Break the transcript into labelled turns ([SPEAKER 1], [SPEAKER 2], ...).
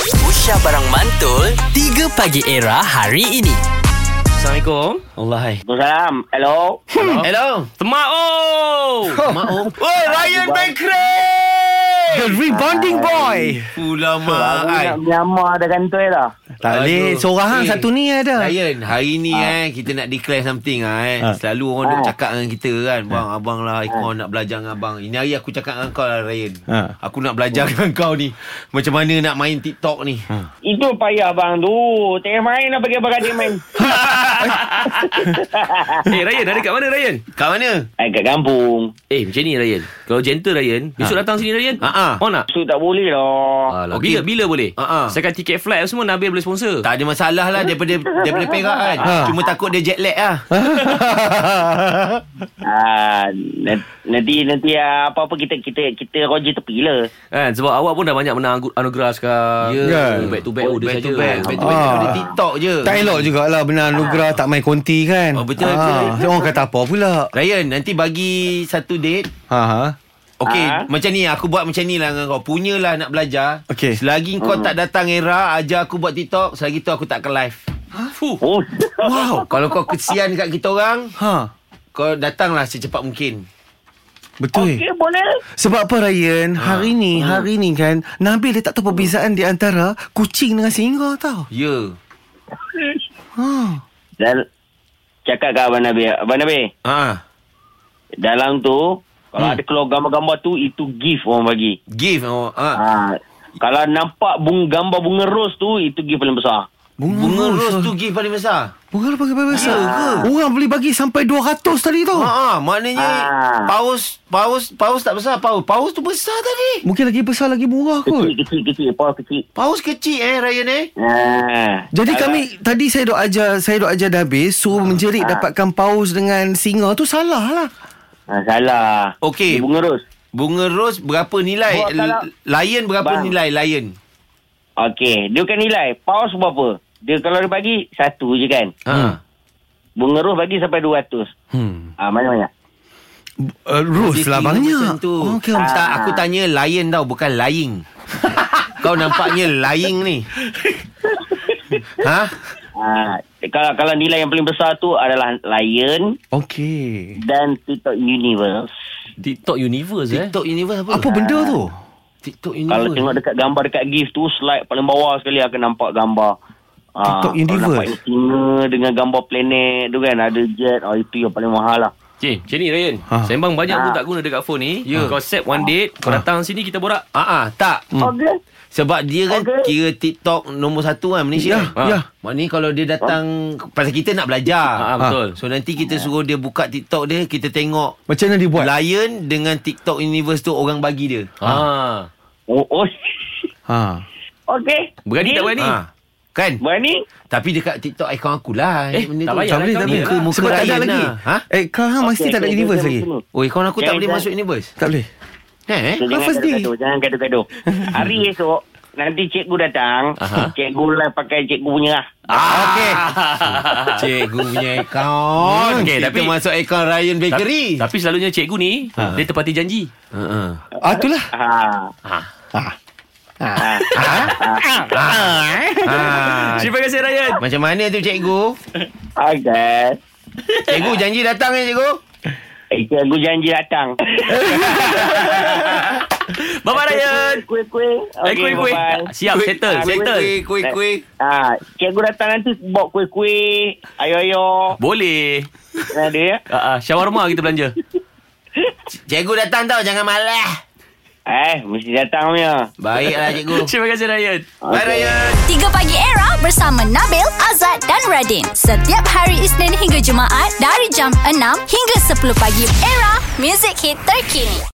[SPEAKER 1] Aisyah Barang Mantul 3 Pagi Era hari ini
[SPEAKER 2] Assalamualaikum. Allah hai.
[SPEAKER 3] Salam. Hello.
[SPEAKER 2] Hello. Temak oh. Temak oh.
[SPEAKER 4] Hmm. Oi, Ryan Bakery!
[SPEAKER 2] The rebonding
[SPEAKER 3] Ah,
[SPEAKER 2] boy.
[SPEAKER 4] Ulama
[SPEAKER 3] Baru
[SPEAKER 4] ai.
[SPEAKER 3] nak menyamar dah kantoi lah.
[SPEAKER 2] Tak boleh
[SPEAKER 4] Aduh.
[SPEAKER 2] seorang
[SPEAKER 4] Eh,
[SPEAKER 2] satu ni ada.
[SPEAKER 4] Ryan, hari ni eh kita nak declare something ah eh.
[SPEAKER 2] Ah.
[SPEAKER 4] Selalu orang duk
[SPEAKER 3] Ah.
[SPEAKER 4] cakap dengan kita kan, bang, abang lah Ikon nak belajar dengan abang. Ini hari aku cakap dengan kau lah Ryan.
[SPEAKER 2] Ah.
[SPEAKER 4] Aku nak belajar dengan kau ni. Macam mana nak main TikTok ni.
[SPEAKER 2] Ah.
[SPEAKER 3] Itu payah bang tu. Tengah main lah bagi abang adik main.
[SPEAKER 5] Eh Ryan ada kat mana Ryan?
[SPEAKER 4] Kat mana?
[SPEAKER 3] Ay, kat kampung.
[SPEAKER 5] Eh macam ni Ryan Kalau gentle Ryan Besok
[SPEAKER 4] Ha.
[SPEAKER 5] datang sini Ryan
[SPEAKER 4] Ha, ha.
[SPEAKER 5] On tak?
[SPEAKER 3] So tak boleh lah.
[SPEAKER 5] Alah,
[SPEAKER 4] Okey.
[SPEAKER 5] Bila bila boleh?
[SPEAKER 4] Ha, ha.
[SPEAKER 5] Sekarang tiket flight semua Nabil boleh sponsor
[SPEAKER 4] Tak ada masalah lah daripada daripada Perak kan.
[SPEAKER 2] Ah.
[SPEAKER 4] Cuma takut dia jet lag lah.
[SPEAKER 3] Ah, na- nanti nanti ah, apa-apa kita kita kita roger tepi lah.
[SPEAKER 5] kan? Sebab awak pun dah banyak menang agu- anugerah sekarang
[SPEAKER 4] Ya.
[SPEAKER 5] Oh, Back to back oh,
[SPEAKER 4] back
[SPEAKER 5] dia
[SPEAKER 4] to
[SPEAKER 5] saja
[SPEAKER 4] back. Back to back.
[SPEAKER 2] Ah.
[SPEAKER 4] Daripada TikTok je.
[SPEAKER 2] Tak elok jugalah benar Nugra tak main konti kan.
[SPEAKER 4] Oh, betul, betul.
[SPEAKER 2] Orang kata apa pula?
[SPEAKER 4] Ryan, nanti bagi satu date
[SPEAKER 2] Ha ha.
[SPEAKER 4] Okey,
[SPEAKER 3] Ah.
[SPEAKER 4] macam ni aku buat macam ni lah dengan kau. Punyalah nak belajar.
[SPEAKER 2] Okey.
[SPEAKER 4] Selagi kau
[SPEAKER 3] Hmm.
[SPEAKER 4] tak datang era, ajar aku buat TikTok, selagi tu aku tak akan live.
[SPEAKER 5] Fuh.
[SPEAKER 3] Oh.
[SPEAKER 4] Wow. Kalau kau kesian kat kita orang,
[SPEAKER 2] Ha.
[SPEAKER 4] kau datanglah secepat mungkin.
[SPEAKER 2] Betul.
[SPEAKER 3] Okey boleh.
[SPEAKER 2] Sebab apa Ryan
[SPEAKER 4] Ha.
[SPEAKER 2] Hari
[SPEAKER 4] Hmm.
[SPEAKER 2] ni Hari ni kan Nabil dia tak tahu perbezaan Di antara Kucing dengan singa tau
[SPEAKER 4] Ya. Yeah.
[SPEAKER 2] ha.
[SPEAKER 3] Dan cakap kat Abang Nabi. Abang Nabi,
[SPEAKER 4] Ha.
[SPEAKER 3] dalam tu kalau ada keluar gambar-gambar tu itu gift orang bagi.
[SPEAKER 4] Give. Oh, ha.
[SPEAKER 3] Ah, kalau nampak bunga gambar bunga ros tu itu gift paling besar.
[SPEAKER 4] Bunga
[SPEAKER 2] Hmm,
[SPEAKER 4] rose tu give paling besar.
[SPEAKER 2] Bunga rose pakai besar
[SPEAKER 4] Ya ke?
[SPEAKER 2] Orang boleh bagi sampai 200 tadi tu
[SPEAKER 4] Ha ah, maknanya
[SPEAKER 3] Ah.
[SPEAKER 4] paus paus paus tak besar paus. Paus tu besar tadi.
[SPEAKER 2] Mungkin lagi besar Lagi murah
[SPEAKER 3] Kecil
[SPEAKER 2] kot
[SPEAKER 3] kecil kecil, apa kecil.
[SPEAKER 4] Paus kecil eh Ryan eh.
[SPEAKER 3] Ah.
[SPEAKER 2] jadi
[SPEAKER 3] Kalau-
[SPEAKER 2] kami Tadi saya dok ajar Saya dok ajar
[SPEAKER 4] Ah.
[SPEAKER 2] Nabil Suruh menjerit Dapatkan paus dengan singa tu Salah lah
[SPEAKER 3] Ah, salah.
[SPEAKER 4] Okey.
[SPEAKER 3] Dia bunga ros.
[SPEAKER 4] Bunga rose berapa nilai?
[SPEAKER 3] Buat kalau-
[SPEAKER 4] L- lion berapa
[SPEAKER 3] Bang.
[SPEAKER 4] nilai lion?
[SPEAKER 3] Okey. Dia bukan nilai. Paus berapa? Dia kalau dia bagi, satu je kan.
[SPEAKER 4] Ha.
[SPEAKER 3] Bunga ros bagi sampai 200.
[SPEAKER 2] hmm.
[SPEAKER 3] Ah, banyak-banyak.
[SPEAKER 2] uh, Rose lah banyak
[SPEAKER 4] tu.
[SPEAKER 2] Oh,
[SPEAKER 4] Okay,
[SPEAKER 2] okay,
[SPEAKER 4] tak,
[SPEAKER 2] okay.
[SPEAKER 3] Ah.
[SPEAKER 4] aku tanya lion tau bukan lying. Kau nampaknya lying ni. ha?
[SPEAKER 3] Ah, kalau kalau nilai yang paling besar tu adalah Lion
[SPEAKER 2] okay.
[SPEAKER 3] dan TikTok Universe.
[SPEAKER 5] TikTok universe eh
[SPEAKER 4] TikTok universe Ya. apa?
[SPEAKER 2] Apa benda tu
[SPEAKER 4] TikTok
[SPEAKER 3] Kalau
[SPEAKER 4] universe.
[SPEAKER 3] tengok dekat gambar dekat gift tu, slide paling bawah sekali akan nampak gambar. Ah,
[SPEAKER 2] TikTok
[SPEAKER 3] kalau
[SPEAKER 2] Universe.
[SPEAKER 3] Nampak singa dengan gambar planet tu kan. Ada jet. Oh, itu yang paling mahal lah.
[SPEAKER 5] Okay macam ni Ryan
[SPEAKER 2] Ha.
[SPEAKER 5] Sembang banyak
[SPEAKER 3] Ha.
[SPEAKER 5] pun tak guna dekat phone ni yeah. Kau set one date Kau datang sini kita borak
[SPEAKER 4] Ah ah, tak.
[SPEAKER 3] Hmm. Okey.
[SPEAKER 4] Sebab dia kan
[SPEAKER 3] Okey.
[SPEAKER 4] kira TikTok nombor satu kan Malaysia.
[SPEAKER 2] Ya,
[SPEAKER 4] Ha.
[SPEAKER 2] ya.
[SPEAKER 4] Maknanya kalau dia datang
[SPEAKER 3] Oh.
[SPEAKER 4] pasal kita nak belajar.
[SPEAKER 5] Ah, ah, betul.
[SPEAKER 4] So nanti kita suruh dia buka TikTok dia, kita tengok
[SPEAKER 2] Macam mana dibuat
[SPEAKER 4] Lah. Lion dengan TikTok universe tu orang bagi dia.
[SPEAKER 5] ha.
[SPEAKER 3] Oh, oh.
[SPEAKER 2] ha.
[SPEAKER 3] Okey.
[SPEAKER 5] Berani tak
[SPEAKER 3] Deal?
[SPEAKER 5] berani?
[SPEAKER 4] Ha. Kan?
[SPEAKER 3] Berani?
[SPEAKER 4] Tapi dekat TikTok ikon lah. akulah
[SPEAKER 5] Eh, tak payah.
[SPEAKER 2] Tak boleh, tak boleh.
[SPEAKER 4] Ya, Muka- muka
[SPEAKER 2] Sebab tak ada
[SPEAKER 4] Ryan
[SPEAKER 2] lagi.
[SPEAKER 4] lah. Ha?
[SPEAKER 2] Eh, kau hang mesti
[SPEAKER 3] Okey,
[SPEAKER 2] tak ada
[SPEAKER 3] okey,
[SPEAKER 2] universe
[SPEAKER 3] okey,
[SPEAKER 2] lagi.
[SPEAKER 3] okey.
[SPEAKER 4] Oh, ikon aku tak
[SPEAKER 3] Jangan-
[SPEAKER 4] boleh
[SPEAKER 3] jangan-
[SPEAKER 4] masuk universe.
[SPEAKER 2] Tak boleh.
[SPEAKER 4] Eh?
[SPEAKER 3] So, jangan
[SPEAKER 2] Lafaz dia.
[SPEAKER 3] gaduh-gaduh. Jangan gaduh-gaduh. Hari esok, nanti cikgu datang.
[SPEAKER 5] Aha.
[SPEAKER 3] Cikgu lah pakai cikgu punya lah.
[SPEAKER 4] Ah, okey. Cikgu punya akaun.
[SPEAKER 5] Okey,
[SPEAKER 4] Kita
[SPEAKER 5] tapi-
[SPEAKER 4] masuk akaun Ryan Bakery.
[SPEAKER 5] Ta- Tapi selalunya cikgu ni
[SPEAKER 2] Ha.
[SPEAKER 5] Dia tepati janji
[SPEAKER 4] Ha, ha.
[SPEAKER 2] Ah, itulah.
[SPEAKER 3] Ha.
[SPEAKER 5] ha.
[SPEAKER 3] Ha.
[SPEAKER 4] Ha.
[SPEAKER 5] Terima kasih Ryan
[SPEAKER 4] Macam mana tu cikgu?
[SPEAKER 3] Okay.
[SPEAKER 4] Cikgu janji datang eh cikgu?
[SPEAKER 3] Eh, cikgu janji datang.
[SPEAKER 5] Bye-bye Ryan
[SPEAKER 3] Kuih-kuih.
[SPEAKER 5] Eh, kuih, kuih. Siap,
[SPEAKER 3] Ah,
[SPEAKER 5] settle, settle.
[SPEAKER 4] Kuih, kuih, kuih.
[SPEAKER 3] Ah, cikgu datang nanti bawa kuih-kuih, ayo-ayo.
[SPEAKER 5] Boleh
[SPEAKER 3] Ada ya?
[SPEAKER 5] uh, uh, Shawarma kita belanja
[SPEAKER 4] Cikgu datang tau, jangan malah.
[SPEAKER 3] Eh, mesti datang punya.
[SPEAKER 4] Baiklah cikgu.
[SPEAKER 5] Terima kasih Ryan
[SPEAKER 4] Bye Ryan.
[SPEAKER 6] 3 Pagi Era bersama Nabil, Azad dan Radin. Setiap hari Isnin hingga Jumaat dari jam 6 hingga 10 pagi. Era, music hit terkini.